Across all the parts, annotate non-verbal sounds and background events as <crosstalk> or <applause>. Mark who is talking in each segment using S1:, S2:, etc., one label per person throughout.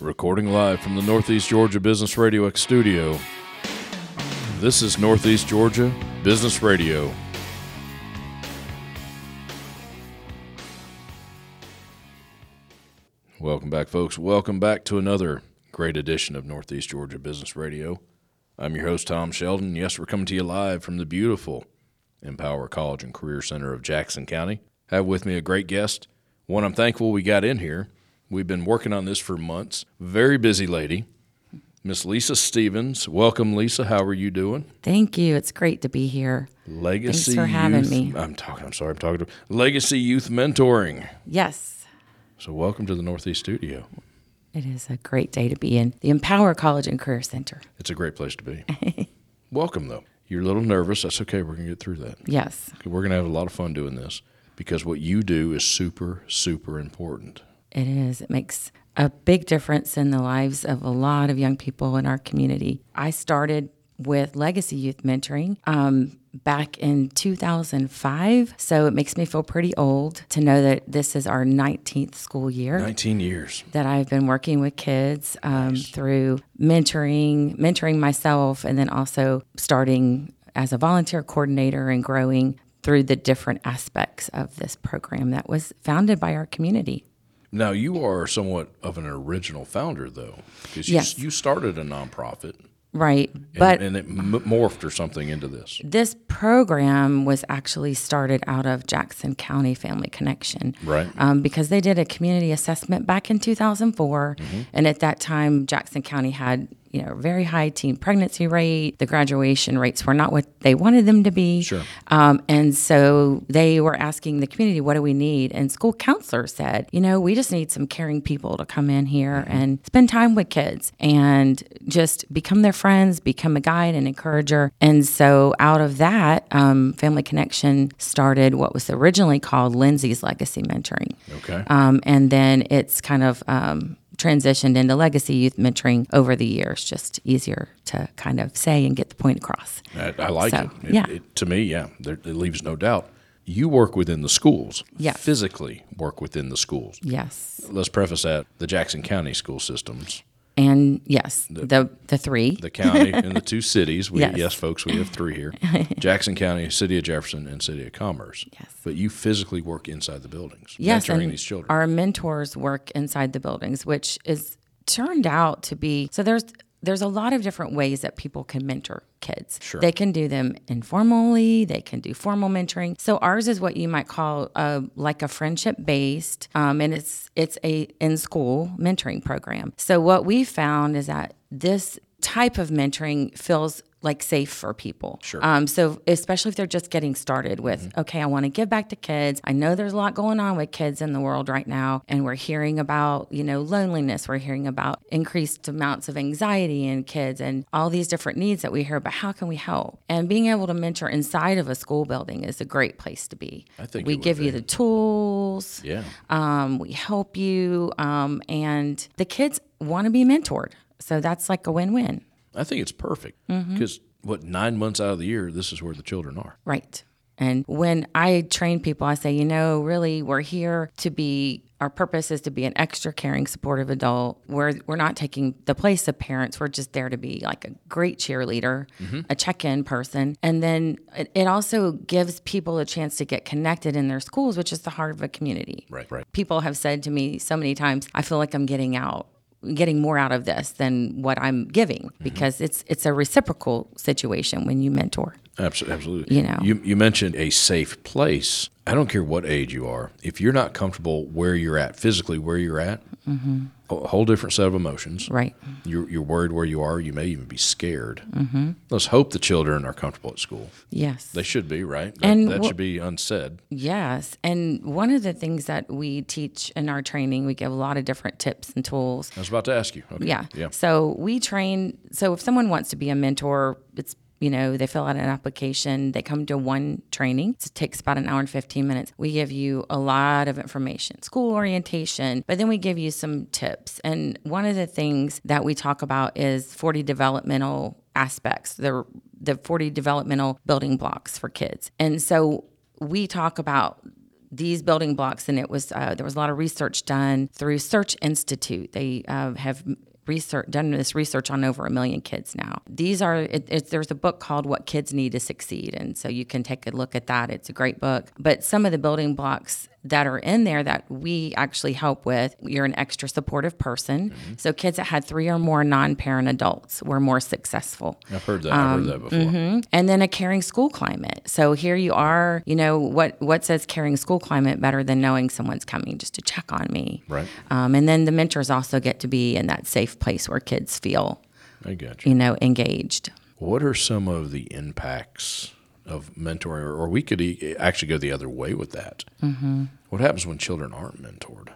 S1: Recording live from the Northeast Georgia Business Radio X studio. This is Northeast Georgia Business Radio. Welcome back, folks. Welcome back to another great edition of Northeast Georgia Business Radio. I'm your host, Tom Sheldon. Yes, we're coming to you live from the beautiful Empower College and Career Center of Jackson County. Have with me a great guest, one I'm thankful we got in here. We've been working on this for months. Very busy lady, Miss Lisa Stevens. Welcome, Lisa. How are you doing?
S2: Thank you. It's great to be here.
S1: Legacy.
S2: Thanks for having
S1: Youth-
S2: me.
S1: I'm talking. I'm sorry. I'm talking to Legacy Youth Mentoring.
S2: Yes,
S1: So welcome to the Northeast Studio.
S2: it is a great day to be in the Empower College and Career Center.
S1: It's a great place to be.
S2: <laughs>
S1: welcome though. You're a little nervous. That's okay. We're gonna get through that.
S2: Yes,
S1: We're gonna have a lot of fun doing this because what you do is super, super important.
S2: it is. It makes a big difference in the lives of a lot of young people in our community. I started with Legacy Youth Mentoring um, back in 2005, so it makes me feel pretty old to know that this is our 19th school year.
S1: 19 years.
S2: that I've been working with kids um, through mentoring, mentoring myself, and then also starting as a volunteer coordinator and growing through the different aspects of this program that was founded by our community.
S1: Now you are somewhat of an original founder though, because
S2: Yes.
S1: you, you started a nonprofit.
S2: Right.
S1: And,
S2: But
S1: and it m- morphed or something into this.
S2: this program was actually started out of Jackson County Family Connection.
S1: Right.
S2: um, because they did a community assessment back in 2004 and at that time jackson county had you know very high teen pregnancy rate the graduation rates were not what they wanted them to be
S1: Sure.
S2: um, and so they were asking the community what do we need and school counselors said you know we just need some caring people to come in here and spend time with kids and just become their friends become a guide and encourager and so out of that um, family connection started what was originally called lindsay's legacy mentoring
S1: okay.
S2: um, and then it's kind of um, transitioned into legacy youth mentoring over the years, just easier to kind of say and get the point across.
S1: I, I like
S2: so,
S1: it. It-
S2: yeah.
S1: it- To me, yeah, there, it leaves no doubt. You work within the schools.
S2: Yes.
S1: Physically work within the schools.
S2: Yes.
S1: Let's preface that the Jackson County school systems,
S2: And yes, the, the, three.
S1: the
S2: <laughs>
S1: county, and the two cities. We, yes.
S2: Yes.
S1: folks, we have three
S2: <laughs>
S1: here Jackson County, City of Jefferson, and City of Commerce. Yes. But you physically work inside the buildings,
S2: yes,
S1: mentoring
S2: and
S1: these children.
S2: Our mentors work inside the buildings, which is turned out to be so there's there's a lot of different ways that people can mentor kids. Sure. They can do them informally, they can do formal mentoring. So ours is what you might call uh, like a friendship based, um, and it's it's a in school mentoring program. So what we found is that this type of mentoring feels like safe for people. Sure. Um, so especially if they're just getting started with,
S1: Mm-hmm.
S2: okay, I want to give back to kids. I know there's a lot going on with kids in the world right now, and we're hearing about you know loneliness. We're hearing about increased amounts of anxiety in kids, and all these different needs that we hear. But how can we help? And being able to mentor inside of a school building is a great place to be. I
S1: think
S2: we
S1: it would
S2: give
S1: be.
S2: you the tools.
S1: yeah.
S2: Um, we help you, um, and the kids want to be mentored. So that's like a win-win,
S1: I think it's perfect
S2: Mm-hmm.
S1: because, what, nine months out of the year, this is where the children are.
S2: right? And when I train people, I say, you know, really, we're here to be. Our purpose is to be an extra caring, supportive adult. We're we're not taking the place of parents. We're just there to be like a great cheerleader, a check-in person, and then it, it also gives people a chance to get connected in their schools, which is the heart of a community.
S1: Right. Right.
S2: people have said to me so many times i feel like i'm getting out getting more out of this than what i'm giving because it's it's a reciprocal situation when you mentor
S1: Absolutely, absolutely.
S2: You know.
S1: you, you mentioned a safe place. I don't care what age you are. If you're not comfortable where you're at physically, where you're at,
S2: Mm-hmm.
S1: a whole different set of emotions.
S2: right
S1: You're, you're worried where you are. You may even be scared. Mm-hmm. Let's hope the children are comfortable at school.
S2: yes
S1: They should be, right? That,
S2: And
S1: that
S2: wha-
S1: should be unsaid.
S2: Yes. And one of the things that we teach in our training, we give a lot of different tips and tools.
S1: I was about to ask you. Okay.
S2: Yeah.
S1: Yeah.
S2: So we train. So if someone wants to be a mentor, it's you know they fill out an application, they come to one training. It takes about an hour and fifteen minutes. We give you a lot of information, school orientation, but then we give you some tips. And one of the things that we talk about is forty developmental aspects. The the forty developmental building blocks for kids. And so we talk about these building blocks, and it was uh, there was a lot of research done through Search Institute. They uh, have research done this research on over a million kids now. These are it, it's, there's a book called What Kids Need to Succeed, and so you can take a look at that. It's a great book. But some of the building blocks that are in there that we actually help with, you're an extra supportive person. So kids that had three or more non-parent adults were more successful.
S1: I've heard that.
S2: Um,
S1: I've heard that before.
S2: And then a caring school climate. So here you are, you know, what what says caring school climate better than knowing someone's coming just to check on me.
S1: Right.
S2: Um, and then the mentors also get to be in that safe place where kids feel,
S1: I got you.
S2: you know, engaged.
S1: What are some of the impacts of mentoring, or, or we could e- actually go the other way with that? Mm-hmm. What happens when children aren't mentored?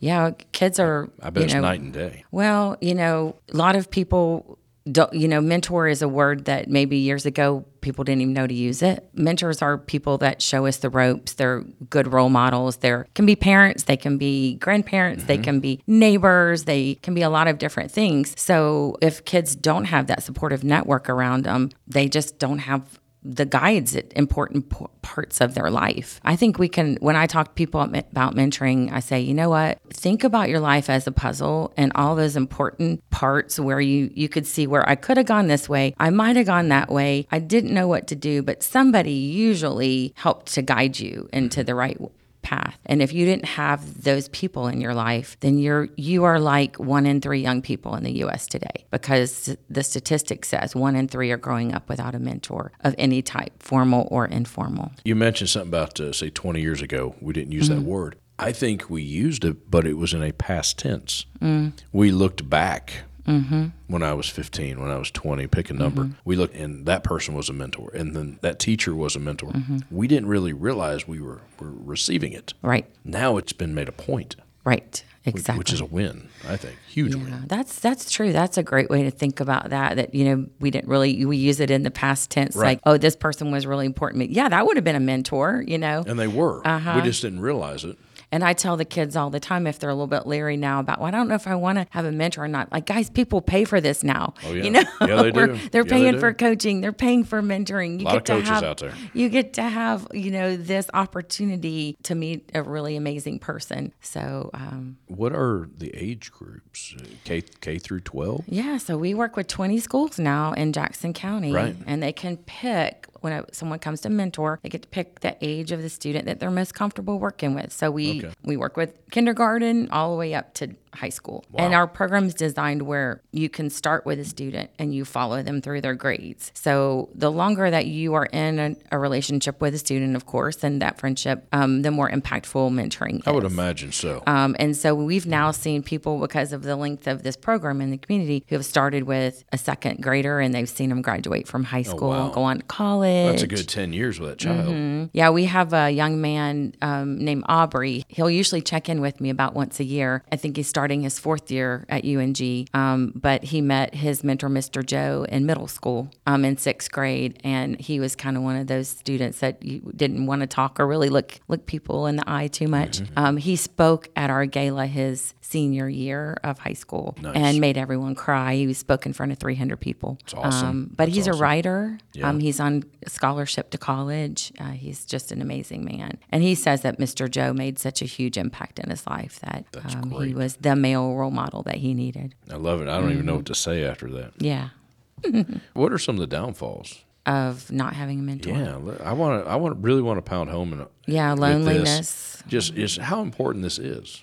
S2: Yeah, kids are.
S1: I bet
S2: you
S1: it's
S2: know,
S1: night and day.
S2: Well, you know, a lot of people don't, you know, mentor is a word that maybe years ago people didn't even know to use it. Mentors are people that show us the ropes. They're good role models. They can be parents, they can be grandparents, they can be neighbors, they can be a lot of different things. So if kids don't have that supportive network around them, they just don't have the guides at important p- parts of their life. I think we can, when I talk to people about mentoring, I say, you know what? Think about your life as a puzzle and all those important parts where you, you could see where I could have gone this way. I might have gone that way. I didn't know what to do, but somebody usually helped to guide you into the right path. And if you didn't have those people in your life, then you're you are like one in 3 young people in the US today because the statistic says one in 3 are growing up without a mentor of any type, formal or informal.
S1: You mentioned something about, uh, say, 20 years ago, we didn't use
S2: Mm-hmm.
S1: that word. I think we used it, but it was in a past tense.
S2: Mm.
S1: We looked back
S2: Mm-hmm.
S1: when I was 15, when I was 20, pick a number. We looked, and that person was a mentor, and then that teacher was a mentor.
S2: Mm-hmm.
S1: We didn't really realize we were, were receiving it.
S2: Right.
S1: Now it's been made a point,
S2: Right. Exactly.
S1: which is a win, I think. Huge win.
S2: Yeah, that's that's true. That's a great way to think about that. That you know we didn't really we use it in the past tense,
S1: Right.
S2: like oh this person was really important. to me. Yeah, that would have been a mentor, you know.
S1: And they were.
S2: Uh-huh.
S1: We just didn't realize it.
S2: And I tell the kids all the time if they're a little bit leery now about, well, I don't know if I want to have a mentor or not. Like, guys, people pay for this now. Oh,
S1: yeah.
S2: You know,
S1: Yeah, they do.
S2: <laughs> We're-
S1: Yeah,
S2: They're
S1: they
S2: paying
S1: do.
S2: for coaching. They're paying for mentoring. You
S1: Lot of
S2: get
S1: coaches
S2: to have,
S1: out there.
S2: You get to have, you know, this opportunity to meet a really amazing person. So, um,
S1: What are the age groups? Uh, K, K through 12?
S2: yeah. So we work with 20 schools now in Jackson County.
S1: Right.
S2: And they can pick when I- someone comes to mentor, they get to pick the age of the student that they're most comfortable working with. So we
S1: Okay.
S2: we work with kindergarten all the way up to high school. And our program's designed where you can start with a student and you follow them through their grades. So the longer that you are in a, a relationship with a student, of course, and that friendship, um, the more impactful mentoring
S1: I would
S2: is.
S1: imagine so.
S2: Um, and so we've now seen people because of the length of this program in the community who have started with a second grader and they've seen them graduate from high school
S1: Oh, wow.
S2: and go on to college.
S1: That's a good 10 years with that child.
S2: Yeah, we have a young man um, named Aubrey. He'll usually check in with me about once a year. I think he's starting his fourth year at UNG, um, but he met his mentor, Mr. Joe, in middle school um, in sixth grade, and he was kind of one of those students that you didn't want to talk or really look look people in the eye too much. Um, he spoke at our gala his senior year of high school and made everyone cry. He spoke in front of 300 people.
S1: awesome.
S2: Um, but he's a writer. Um, he's on scholarship to college. Uh, he's just an amazing man. And he says that Mr. Joe made such a huge impact in his life that um, he was the male role model that he needed.
S1: I love it. I don't even know what to
S2: Mm-hmm.
S1: say after that.
S2: Yeah.
S1: What are some of the downfalls?
S2: Of not having a mentor.
S1: Yeah, le- I want to. I want really want to pound home and uh,
S2: Yeah, loneliness. Mm-hmm.
S1: Just is how important this is.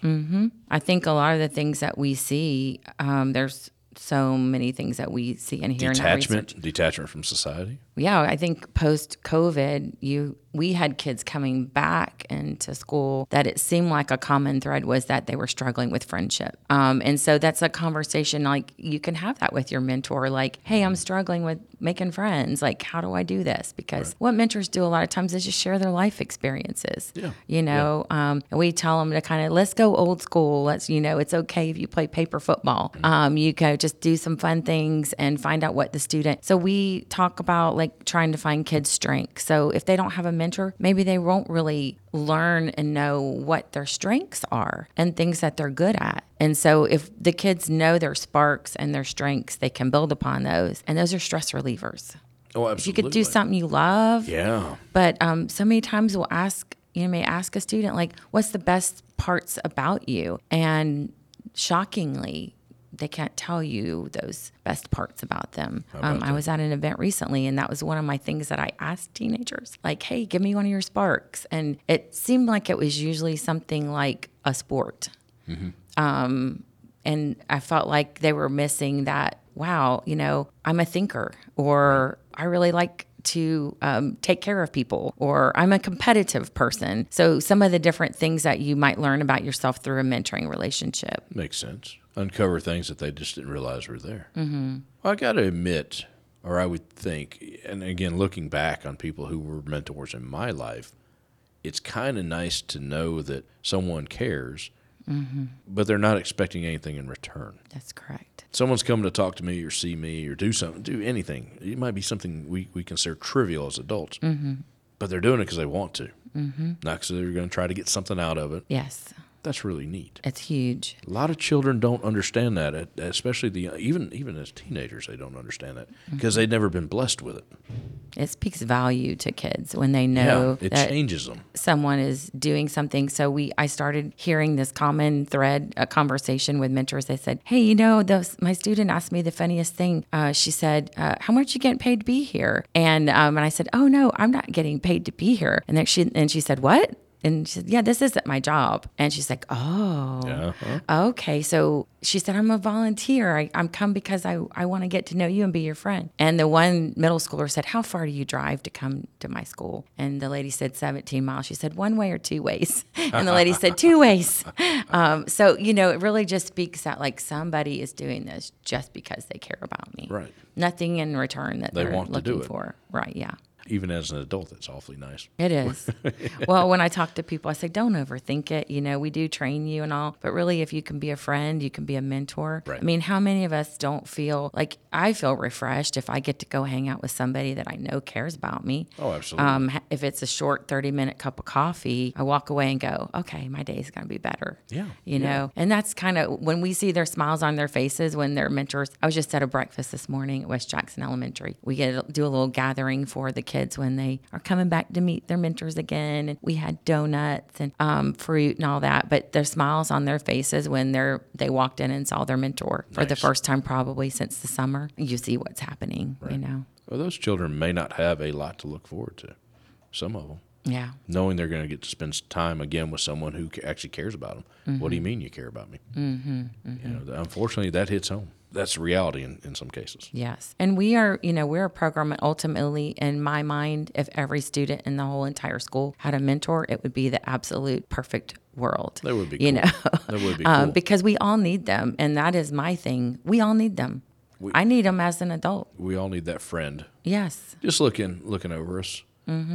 S2: I think a lot of the things that we see, um, there's so many things that we see and hear in our research.
S1: Detachment, detachment from society.
S2: yeah, I think post COVID, you we had kids coming back into school that it seemed like a common thread was that they were struggling with friendship. Um, and so that's a conversation like you can have that with your mentor, like, hey, I'm struggling with making friends. Like, how do I do this? Because what mentors do a lot of times is just share their life experiences. Yeah. You know, um, and we tell them to kind of let's go old school. Let's, you know, it's okay if you play paper football. Um, you go just do some fun things and find out what the student. So we talk about like trying to find kids' strengths. So if they don't have a mentor, maybe they won't really learn and know what their strengths are and things that they're good at. And so if the kids know their sparks and their strengths, they can build upon those. And those are stress relievers.
S1: Oh,
S2: You
S1: absolutely.
S2: could do something you love,
S1: Yeah,
S2: but um, so many times we'll ask you may ask a student like what's the best parts about you and shockingly they can't tell you those best parts about them. um, I was at an event recently, and that was one of my things that I asked teenagers like, hey, give me one of your sparks. And it seemed like it was usually something like a sport. Um, and I felt like they were missing that, wow, you know, I'm a thinker, or I really like to um, take care of people, or I'm a competitive person. So, some of the different things that you might learn about yourself through a mentoring relationship.
S1: Makes sense. Uncover things that they just didn't realize were there. Mm-hmm. I got to admit, or I would think, and again, looking back on people who were mentors in my life, it's kind of nice to know that someone cares, but they're not expecting anything in return.
S2: That's correct.
S1: Someone's come to talk to me or see me or do something, do anything. It might be something we, we consider trivial as adults, mm-hmm. but they're doing it because they want to, mm-hmm. not because they're going to try to get something out of it.
S2: Yes,
S1: That's really neat.
S2: it's huge.
S1: A lot of children don't understand that, e- especially the even even as teenagers, they don't understand that because they've never been blessed with it.
S2: It speaks value to kids when they know
S1: yeah, it
S2: that
S1: changes them.
S2: someone is doing something. So we, I started hearing this common thread, a conversation with mentors. They said, "Hey, you know, those, my student asked me the funniest thing. Uh, she said, uh, how much you getting paid to be here?'" And um, and I said, "Oh no, I'm not getting paid to be here." And then she and she said, "What?" And she said, "Yeah, this isn't my job." And she's like, "Oh,
S1: Uh-huh.
S2: okay so she said i'm a volunteer I, i'm come because i, I want to get to know you and be your friend and the one middle schooler said how far do you drive to come to my school and the lady said 17 miles she said one way or two ways <laughs> and the lady said two
S1: <laughs>
S2: ways um, so you know it really just speaks that like somebody is doing this just because they care about me
S1: Right.
S2: nothing in return that
S1: They
S2: they are
S1: want to do
S2: looking
S1: it.
S2: for right yeah
S1: Even as an adult, that's awfully nice.
S2: it is. well, when I talk to people, I say, don't overthink it. You know, we do train you and all, but really, if you can be a friend, you can be a mentor.
S1: Right.
S2: I mean, how many of us don't feel like I feel refreshed if I get to go hang out with somebody that I know cares about me?
S1: Oh, absolutely.
S2: Um, h- if it's a short 30 minute cup of coffee, I walk away and go, okay, my day's going to be better.
S1: Yeah,
S2: You
S1: yeah.
S2: know, and that's kind of when we see their smiles on their faces when their mentors. I was just at a breakfast this morning at West Jackson Elementary. We get a- do a little gathering for the kids when they are coming back to meet their mentors again. And we had donuts and um, fruit and all that, but their smiles on their faces when they're they walked in and saw their mentor for the
S1: Nice.
S2: first time probably since the summer. You see what's happening, you know.
S1: Well, those children may not have a lot to look forward to. Some of them,
S2: Yeah.
S1: knowing they're going to get to spend time again with someone who ca- actually cares about them. What do you mean you care about me? Mm-hmm, You know, unfortunately, that hits home. That's reality in, in some cases.
S2: Yes. And we are, you know, we're a program that ultimately, in my mind, if every student in the whole entire school had a mentor, it would be the absolute perfect world.
S1: That would be
S2: you
S1: cool.
S2: know, <laughs>
S1: That would Uh, be cool.
S2: um, because we all need them. And that is my thing. We all need them. I need them as an adult.
S1: we all need that friend
S2: Yes.
S1: just looking looking over us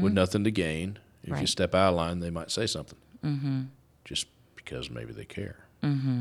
S1: with nothing to gain. If you
S2: Mm-hmm. Right.
S1: step out of line, they might say something mm-hmm. just because maybe they care.
S2: Mm-hmm.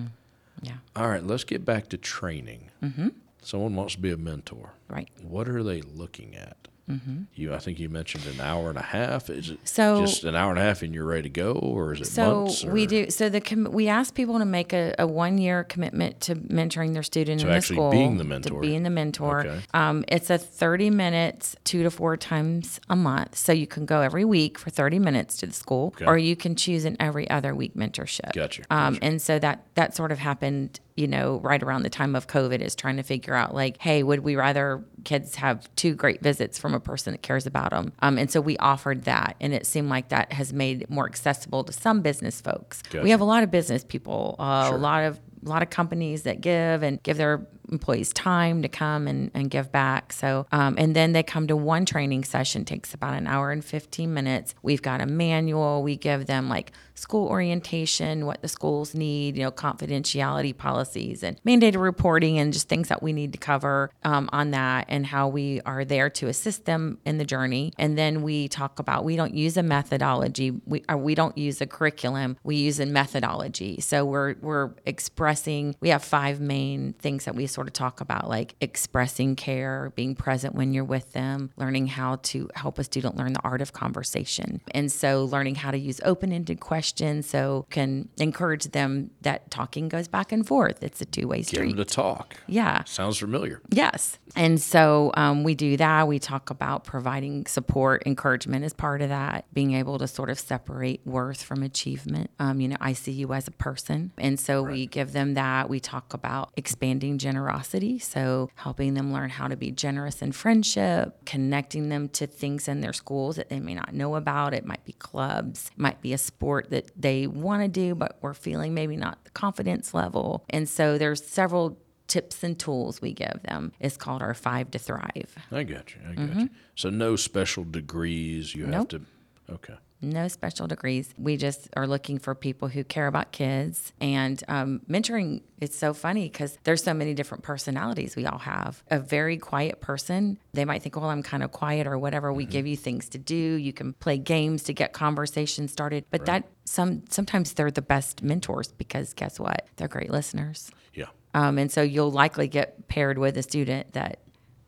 S2: Yeah.
S1: All right, let's get back to training. Mm-hmm. Someone wants to be a mentor.
S2: Right.
S1: What are they looking at? Mm-hmm. You, I think you mentioned an hour and a half. Is it
S2: So-
S1: just an hour and a half and you're ready to go, or is it
S2: So
S1: months?
S2: we
S1: or-
S2: do. So the com- we ask people to make a, a one year commitment to mentoring their student in
S1: actually
S2: the school,
S1: being the mentor.
S2: to being the mentor.
S1: Okay.
S2: Um, it's a thirty minutes, two to four times a month. So you can go every week for thirty minutes to the school, or you can choose an every other week mentorship.
S1: Gotcha,
S2: Um, and so that that sort of happened, you know, right around the time of COVID, is trying to figure out like, hey, would we rather kids have two great visits from a person that cares about them? Um, and so we offered that, and it seemed like that has made it more accessible to some business folks.
S1: Gotcha.
S2: We have a lot of business people, uh, a lot of a lot of companies that give and give their employees time to come and, and give back. So, um, and then they come to one training session, takes about an hour and 15 minutes. We've got a manual. We give them like school orientation, what the schools need, you know, confidentiality policies and mandated reporting and just things that we need to cover um, on that and how we are there to assist them in the journey. And then we talk about, we don't use a methodology. We, or we don't use a curriculum. We use a methodology. So we're, we're expressing, we have five main things that we sort of talk about like expressing care, being present when you're with them, learning how to help a student learn the art of conversation. And so learning how to use open-ended questions so can encourage them that talking goes back and forth. It's a two-way
S1: Get them
S2: street.
S1: to talk.
S2: Yeah.
S1: Sounds familiar.
S2: Yes. And so um, we do that. We talk about providing support, encouragement as part of that, being able to sort of separate worth from achievement. Um, you know, I see you as a person. And so we give them that. We talk about expanding generosity. So helping them learn how to be generous in friendship, connecting them to things in their schools that they may not know about. It might be clubs, might be a sport that they want to do, but we're feeling maybe not the confidence level. And so there's several tips and tools we give them is called our five to thrive.
S1: I got you. I got you. So no special degrees. You have
S2: Mm-hmm. Nope.
S1: to. Okay.
S2: No special degrees. We just are looking for people who care about kids. And um, mentoring, it's so funny because there's so many different personalities we all have. A very quiet person, they might think, well, I'm kind of quiet or whatever. We
S1: Mm-hmm.
S2: give you things to do. You can play games to get conversations started. But that some sometimes they're the best mentors because guess what? They're great listeners.
S1: Yeah.
S2: Um, and so you'll likely get paired with a student that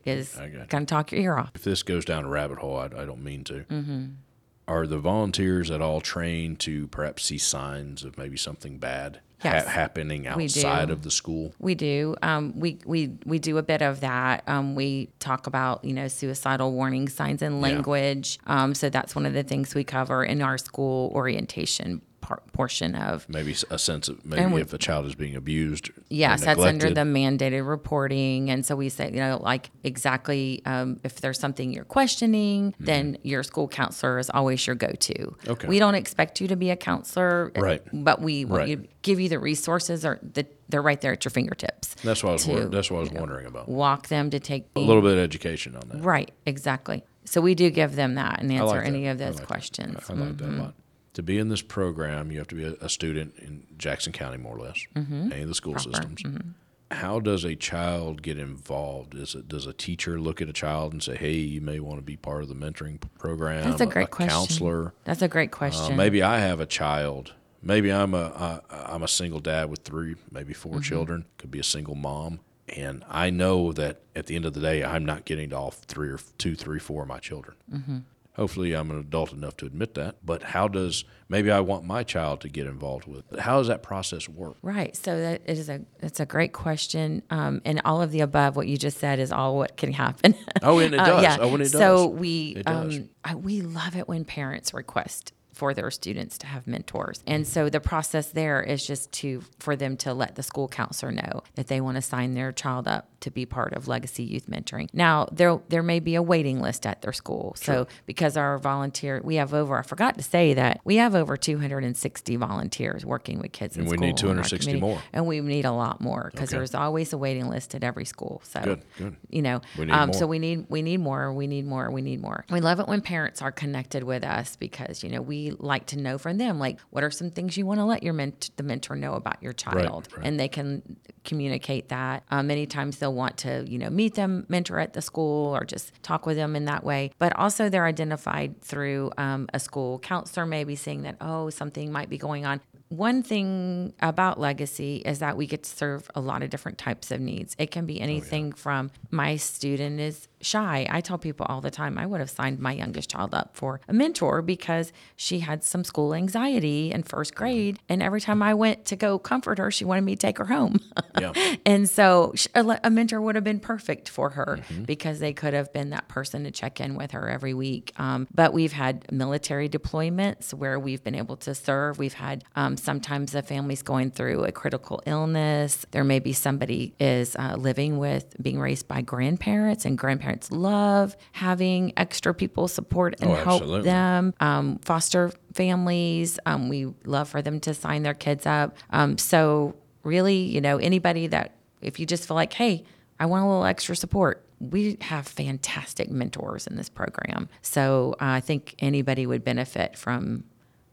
S2: is
S1: I got you.
S2: going to talk your ear off.
S1: If this goes down a rabbit hole, I, I don't mean to.
S2: Mm-hmm.
S1: Are the volunteers at all trained to perhaps see signs of maybe something bad
S2: Yes.
S1: happening
S2: We do.
S1: outside of the school?
S2: We do. Um, we, we we do a bit of that. Um, we talk about you know suicidal warning signs and language. Um, so that's one of the things we cover in our school orientation par- portion of.
S1: Maybe s- a sense of maybe if a child is being abused. or
S2: Yes, that's under
S1: neglected.
S2: the mandated reporting, and so we say you know like exactly um, if there's something you're questioning, then your school counselor is always your go-to.
S1: Mm-hmm. Okay.
S2: We don't expect you to be a counselor,
S1: Right.
S2: But we want
S1: Right.
S2: you give you the resources, or the, they're right there at your fingertips.
S1: That's what I was.
S2: to,
S1: wor- that's what I was wondering about.
S2: walk them to take
S1: A little bit of education on that.
S2: right exactly so we do give them that and answer
S1: like that.
S2: any of
S1: I
S2: those
S1: like that.
S2: questions
S1: I like
S2: Mm-hmm.
S1: that a lot. To be in this program, you have to be a, a student in Jackson County, more or less,
S2: Mm-hmm.
S1: any of the school systems. How does a child get involved? Is it does a teacher look at a child and say, "Hey, you may want to be part of the mentoring p- program"?
S2: that's a great question
S1: Counselor.
S2: that's a great
S1: Uh,
S2: question
S1: maybe I have a child. Maybe I'm a I, I'm a single dad with three, maybe 4
S2: Mm-hmm.
S1: children. Could be a single mom, and I know that at the end of the day, I'm not getting to all three or two, three, four of my children.
S2: Mm-hmm.
S1: Hopefully, I'm an adult enough to admit that. But how does maybe I want my child to get involved with? It. How does that process work?
S2: right so that is a that's a great question um, and all of the above what you just said is all what can happen <laughs>
S1: Oh, and it does.
S2: Uh, yeah.
S1: Oh, and it
S2: so
S1: does.
S2: we
S1: It does.
S2: um, I, we love it when parents request for their students to have mentors and so the process there is just to for them to let the school counselor know that they want to sign their child up to be part of legacy youth mentoring now there there may be a waiting list at their school so because our volunteer we have over i forgot to say that we have over 260 volunteers working with kids
S1: And
S2: in
S1: we
S2: school
S1: need
S2: in our
S1: 260
S2: community.
S1: more.
S2: and we need a lot more because
S1: Okay.
S2: there's always a waiting list at every school so
S1: Good, good.
S2: you know
S1: We need
S2: um,
S1: more.
S2: so we need we need more we need more we need more we love it when parents are connected with us because you know we like to know from them like what are some things you want to let your ment- the mentor know about your child
S1: right.
S2: and they can communicate that um, many times they'll want to you know meet them mentor at the school or just talk with them in that way but also they're identified through um, a school counselor maybe saying that oh something might be going on one thing about legacy is that we get to serve a lot of different types of needs. It can be anything from my student is shy. I tell people all the time, I would have signed my youngest child up for a mentor because she had some school anxiety in first grade. And every time I went to go comfort her, she wanted me to take her home. <laughs>
S1: Yeah.
S2: and so sh- a le- a mentor would have been perfect for her
S1: Mm-hmm.
S2: because they could have been that person to check in with her every week. Um, but we've had military deployments where we've been able to serve. We've had um, sometimes the family's going through a critical illness. There may be somebody is uh, living with being raised by grandparents, and grandparents love having extra people support and
S1: Oh,
S2: help
S1: absolutely.
S2: them them, um, foster families. Um, we love for them to sign their kids up. Um, so, really, you know, anybody that, if you just feel like, hey, I want a little extra support, we have fantastic mentors in this program. So, uh, I think anybody would benefit from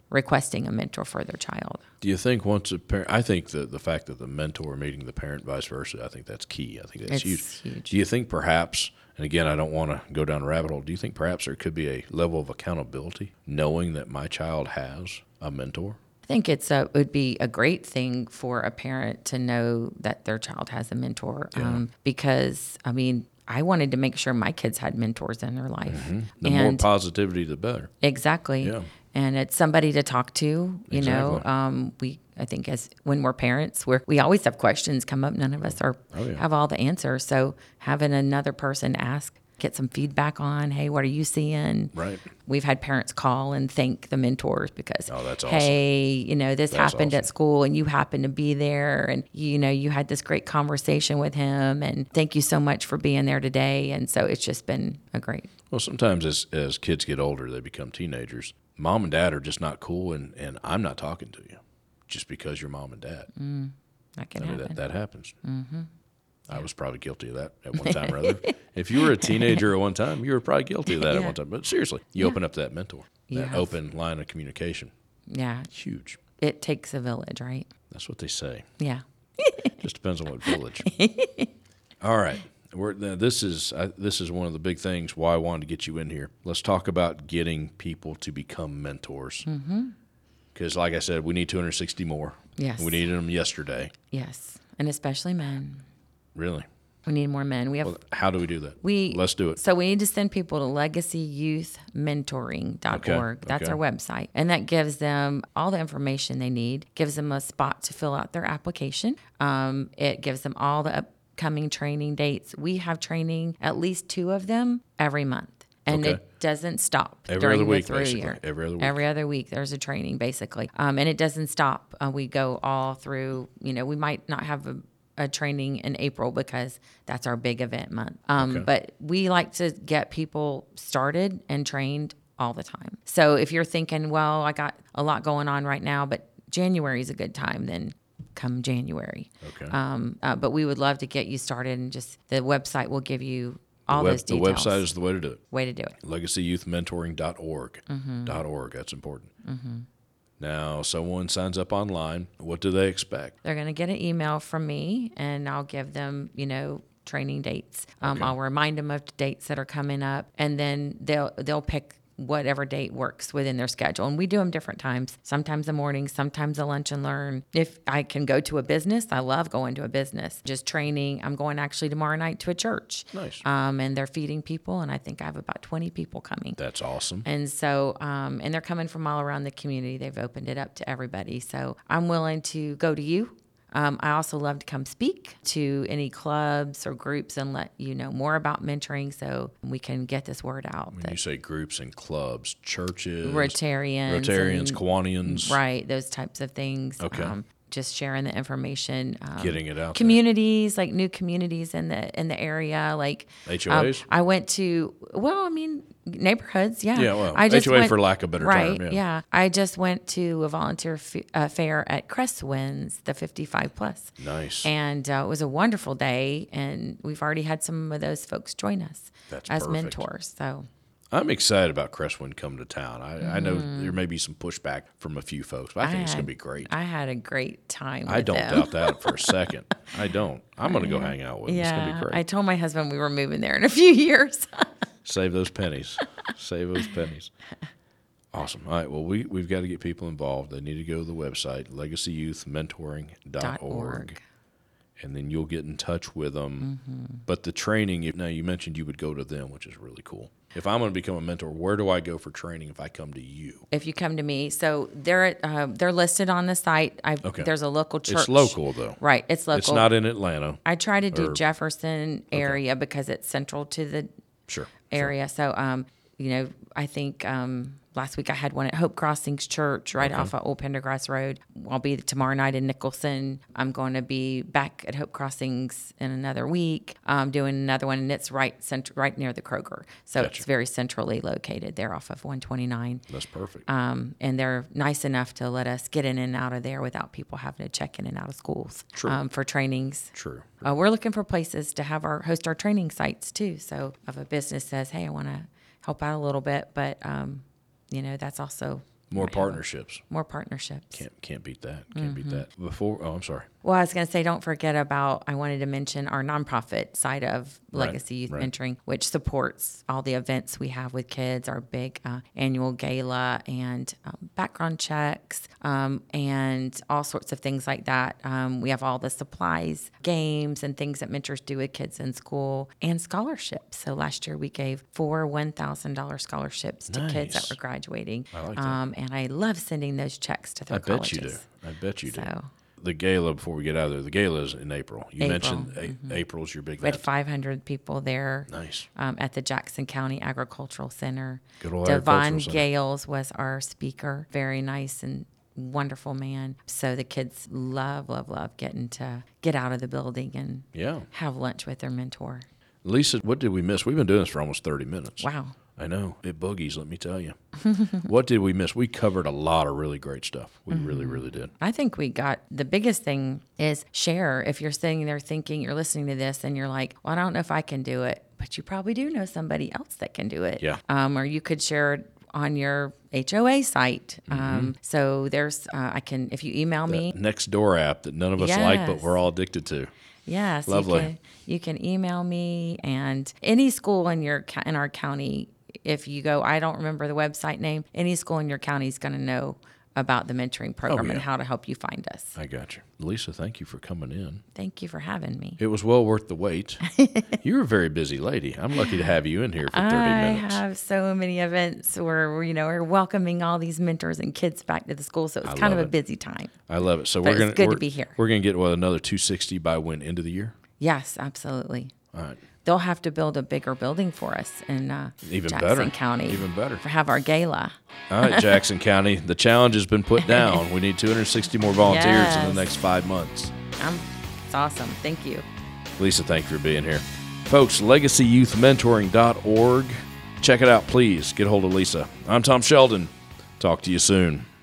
S2: requesting a mentor for their child.
S1: Do you think once a parent? I think the the fact that the mentor meeting the parent, vice versa, I think that's key. I think that's
S2: It's
S1: huge.
S2: huge.
S1: Do you think perhaps? And again, I don't want to go down a rabbit hole. Do you think perhaps there could be a level of accountability, knowing that my child has a mentor?
S2: I think it's a would be a great thing for a parent to know that their child has a mentor, um, because I mean, I wanted to make sure my kids had mentors in their life,
S1: Mm-hmm. The more
S2: and
S1: positivity, the better.
S2: exactly,
S1: Yeah.
S2: and it's somebody to talk to. You know,
S1: Exactly.
S2: um, we I think as when we're parents, we are we always have questions come up. None of us are
S1: Oh, yeah.
S2: have all the answers, so having another person ask, get some feedback on, hey, what are you seeing?
S1: Right.
S2: We've had parents call and thank the mentors because,
S1: Oh, that's awesome.
S2: hey, you know, this
S1: That's
S2: happened at school and you happened to be there and, you know, you had this great conversation with him and thank you so much for being there today. And so it's just been a great.
S1: Well, sometimes as as kids get older, they become teenagers. Mom and dad are just not cool, and and I'm not talking to you, just because you're mom and dad.
S2: That can
S1: I mean,
S2: happen.
S1: that that happens. Mm-hmm. I was probably guilty of that at one time or
S2: <laughs>
S1: other. If you were a teenager at one time, you were probably guilty of that at
S2: Yeah.
S1: one time. But seriously, you open up that mentor,
S2: You
S1: that
S2: have-
S1: open line of communication,
S2: Yeah.
S1: huge.
S2: It takes a village, right?
S1: That's what they say.
S2: Yeah.
S1: Just depends on what
S2: <laughs>
S1: village. All right, we're, th- this is I, this is one of the big things why I wanted to get you in here. Let's talk about getting people to become mentors. Because, like I said, we need 260 more.
S2: Mm-hmm. Yes.
S1: we needed them yesterday.
S2: Yes. And especially men.
S1: Really?
S2: We need more men. We have.
S1: How do we do that?
S2: we
S1: let's do it.
S2: So we need to send people to legacyyouthmentoring.org.
S1: Okay,
S2: That's
S1: okay.
S2: our website. And that gives them all the information they need, gives them a spot to fill out their application. Um, it gives them all the upcoming training dates. We have training, at least two of them, every month. And
S1: Okay.
S2: it doesn't stop
S1: Every
S2: during
S1: other
S2: the
S1: week,
S2: through
S1: basically.
S2: year.
S1: Every other week.
S2: Every other week, there's a training basically, um, and it doesn't stop. Uh, we go all through. You know, we might not have a, a training in April because that's our big event month. Um, But we like to get people started and trained all the time. So if you're thinking, well, I got a lot going on right now, but January is a good time, then come January.
S1: Okay.
S2: Um, uh, but we would love to get you started, and just the website will give you
S1: The
S2: all
S1: web-
S2: those
S1: the
S2: details.
S1: website is the way to do it.
S2: way to do it.
S1: legacyyouthmentoring.org. Dot .org. That's important.
S2: Mm-hmm.
S1: Now, someone signs up online. What do they expect?
S2: They're going to get an email from me and I'll give them, you know, training dates. Um, I'll remind them of the dates that are coming up and then they'll they'll pick whatever date works within their schedule. And we do them different times. Sometimes the morning, sometimes a lunch and learn. If I can go to a business, I love going to a business. Just training. I'm going actually tomorrow night to a church.
S1: Nice.
S2: Um, and they're feeding people and I think I have about 20 people coming.
S1: That's awesome.
S2: And so, um, and they're coming from all around the community. They've opened it up to everybody. So I'm willing to go to you. Um, I also love to come speak to any clubs or groups and let you know more about mentoring so we can get this word out.
S1: When
S2: That
S1: you say groups and clubs, churches,
S2: Rotarians.
S1: Rotarians,
S2: and-
S1: Kiwanians,
S2: right, those types of things. Um,
S1: Okay.
S2: just sharing the information. Um,
S1: Getting it out there.
S2: Communities, like new communities in the in the area. Like um,
S1: HOAs?
S2: I went to, well, I mean, neighborhoods, yeah.
S1: Yeah, well,
S2: I
S1: HOA for lack of better
S2: right,
S1: term, yeah.
S2: Yeah. I just went to a volunteer f- uh, fair at Crestwinds, the 55 plus.
S1: Nice.
S2: And uh, it was a wonderful day. And we've already had some of those folks join us
S1: That's
S2: as
S1: perfect.
S2: mentors. So,
S1: I'm excited about Crestwind coming to town. I, I know there may be some pushback from a few folks, but I think it's going
S2: had-
S1: to be great.
S2: Mm. I had a great time.
S1: I
S2: with
S1: don't
S2: them.
S1: doubt that for a
S2: <laughs>
S1: second. I don't. I'm going to go hang out with them. It's going
S2: Yeah,
S1: to be great.
S2: I told my husband we were moving there in a <laughs> few years.
S1: Save those pennies. Save those pennies. Awesome. All right. Well, we, we've got to get people involved. They need to go to the website, legacyyouthmentoring.org,
S2: org. Mm-hmm.
S1: and then you'll get in touch with them. But the training, if, now you mentioned you would go to them, which is really cool. If I'm going to become a mentor, where do I go for training if I come to you?
S2: if you come to me, so they're uh, they're listed on the site. I
S1: Okay.
S2: there's a local church.
S1: It's local, though.
S2: right? It's local.
S1: It's not in Atlanta.
S2: I try to do
S1: or-
S2: Jefferson area because it's central to the
S1: Sure.
S2: area. So, um, you know, I think um, last week I had one at Hope Crossings Church right off of Old Pendergrass Road. I'll be tomorrow night in Nicholson. I'm going to be back at Hope Crossings in another week, um, doing another one, and it's right cent- right near the Kroger. So
S1: Gotcha.
S2: it's very centrally located there off of 129.
S1: That's perfect.
S2: Um, and they're nice enough to let us get in and out of there without people having to check in and out of schools um, for trainings.
S1: True.
S2: Uh, we're looking for places to have our host our training sites too. So if a business says, "Hey, I want to help out a little bit," but um, you know that's also
S1: More partnerships.
S2: more partnerships. Mm-hmm.
S1: Can't, can't beat that. Can't beat that. Before, oh, I'm sorry.
S2: Well, I was going to say, don't forget about, I wanted to mention our nonprofit side of
S1: Right,
S2: Legacy Youth
S1: right.
S2: Mentoring, which supports all the events we have with kids, our big uh, annual gala and um, background checks um, and all sorts of things like that. Um, we have all the supplies, games, and things that mentors do with kids in school and scholarships. So last year we gave four $1,000 scholarships to
S1: Nice.
S2: kids that were graduating. I
S1: like that.
S2: Um, and I love sending those checks to their
S1: I bet
S2: colleges.
S1: you do. I bet you do.
S2: So.
S1: The gala before we get out of there. The gala is in April. You
S2: April, Mm-hmm.
S1: mentioned a- April's your big
S2: We had
S1: event.
S2: 500 people there
S1: Nice.
S2: um, at the Jackson County Agricultural Center.
S1: Good old
S2: Devon
S1: Agricultural Center.
S2: Gales was our speaker. Very nice and wonderful man. So the kids love, love, love getting to get out of the building and
S1: Yeah.
S2: have lunch with their mentor.
S1: Lisa, what did we miss? We've been doing this for almost 30 minutes.
S2: Wow.
S1: I know. It boogies, let me tell
S2: <laughs>
S1: you. what did we miss? We covered a lot of really great stuff. We really,
S2: Mm-hmm.
S1: really did.
S2: I think we got the biggest thing is share. If you're sitting there thinking you're listening to this and you're like, well, I don't know if I can do it, but you probably do know somebody else that can do it.
S1: Yeah.
S2: Um, or you could share on your HOA site.
S1: Mm-hmm.
S2: Um, so there's, uh, I can, if you email me,
S1: Next door app that none of us like, but
S2: Yes.
S1: we're all addicted to.
S2: Yes,
S1: Lovely.
S2: You can, you can email me and any school in your co- in our county. If you go, I don't remember the website name. Any school in your county is going to know about the mentoring program and
S1: Oh, yeah.
S2: how to help you find us.
S1: I got you. Lisa, thank you for coming in.
S2: Thank you for having me.
S1: It was well worth the
S2: <laughs>
S1: wait. You're a very busy lady. I'm lucky to have you in here for 30
S2: I
S1: minutes.
S2: have so many events where we're, you know we're welcoming all these mentors and kids back to the school, so it's kind of
S1: love
S2: a
S1: it.
S2: busy time.
S1: I love it. So we're
S2: it's
S1: gonna
S2: good to
S1: we're-
S2: be here.
S1: We're gonna get what another 260 by when end of the year.
S2: Yes, absolutely.
S1: All right.
S2: They'll have to build a bigger building for us in uh,
S1: Even
S2: Jackson
S1: better.
S2: County.
S1: Even better.
S2: For have our gala.
S1: All right, Jackson County. The challenge has been put down. We need 260 more volunteers in
S2: Yes.
S1: the next five months.
S2: Um, it's awesome. Thank you.
S1: Lisa, thank you for being here. Folks, legacyyouthmentoring.org. Check it out, please. Get hold of Lisa. I'm Tom Sheldon. Talk to you soon.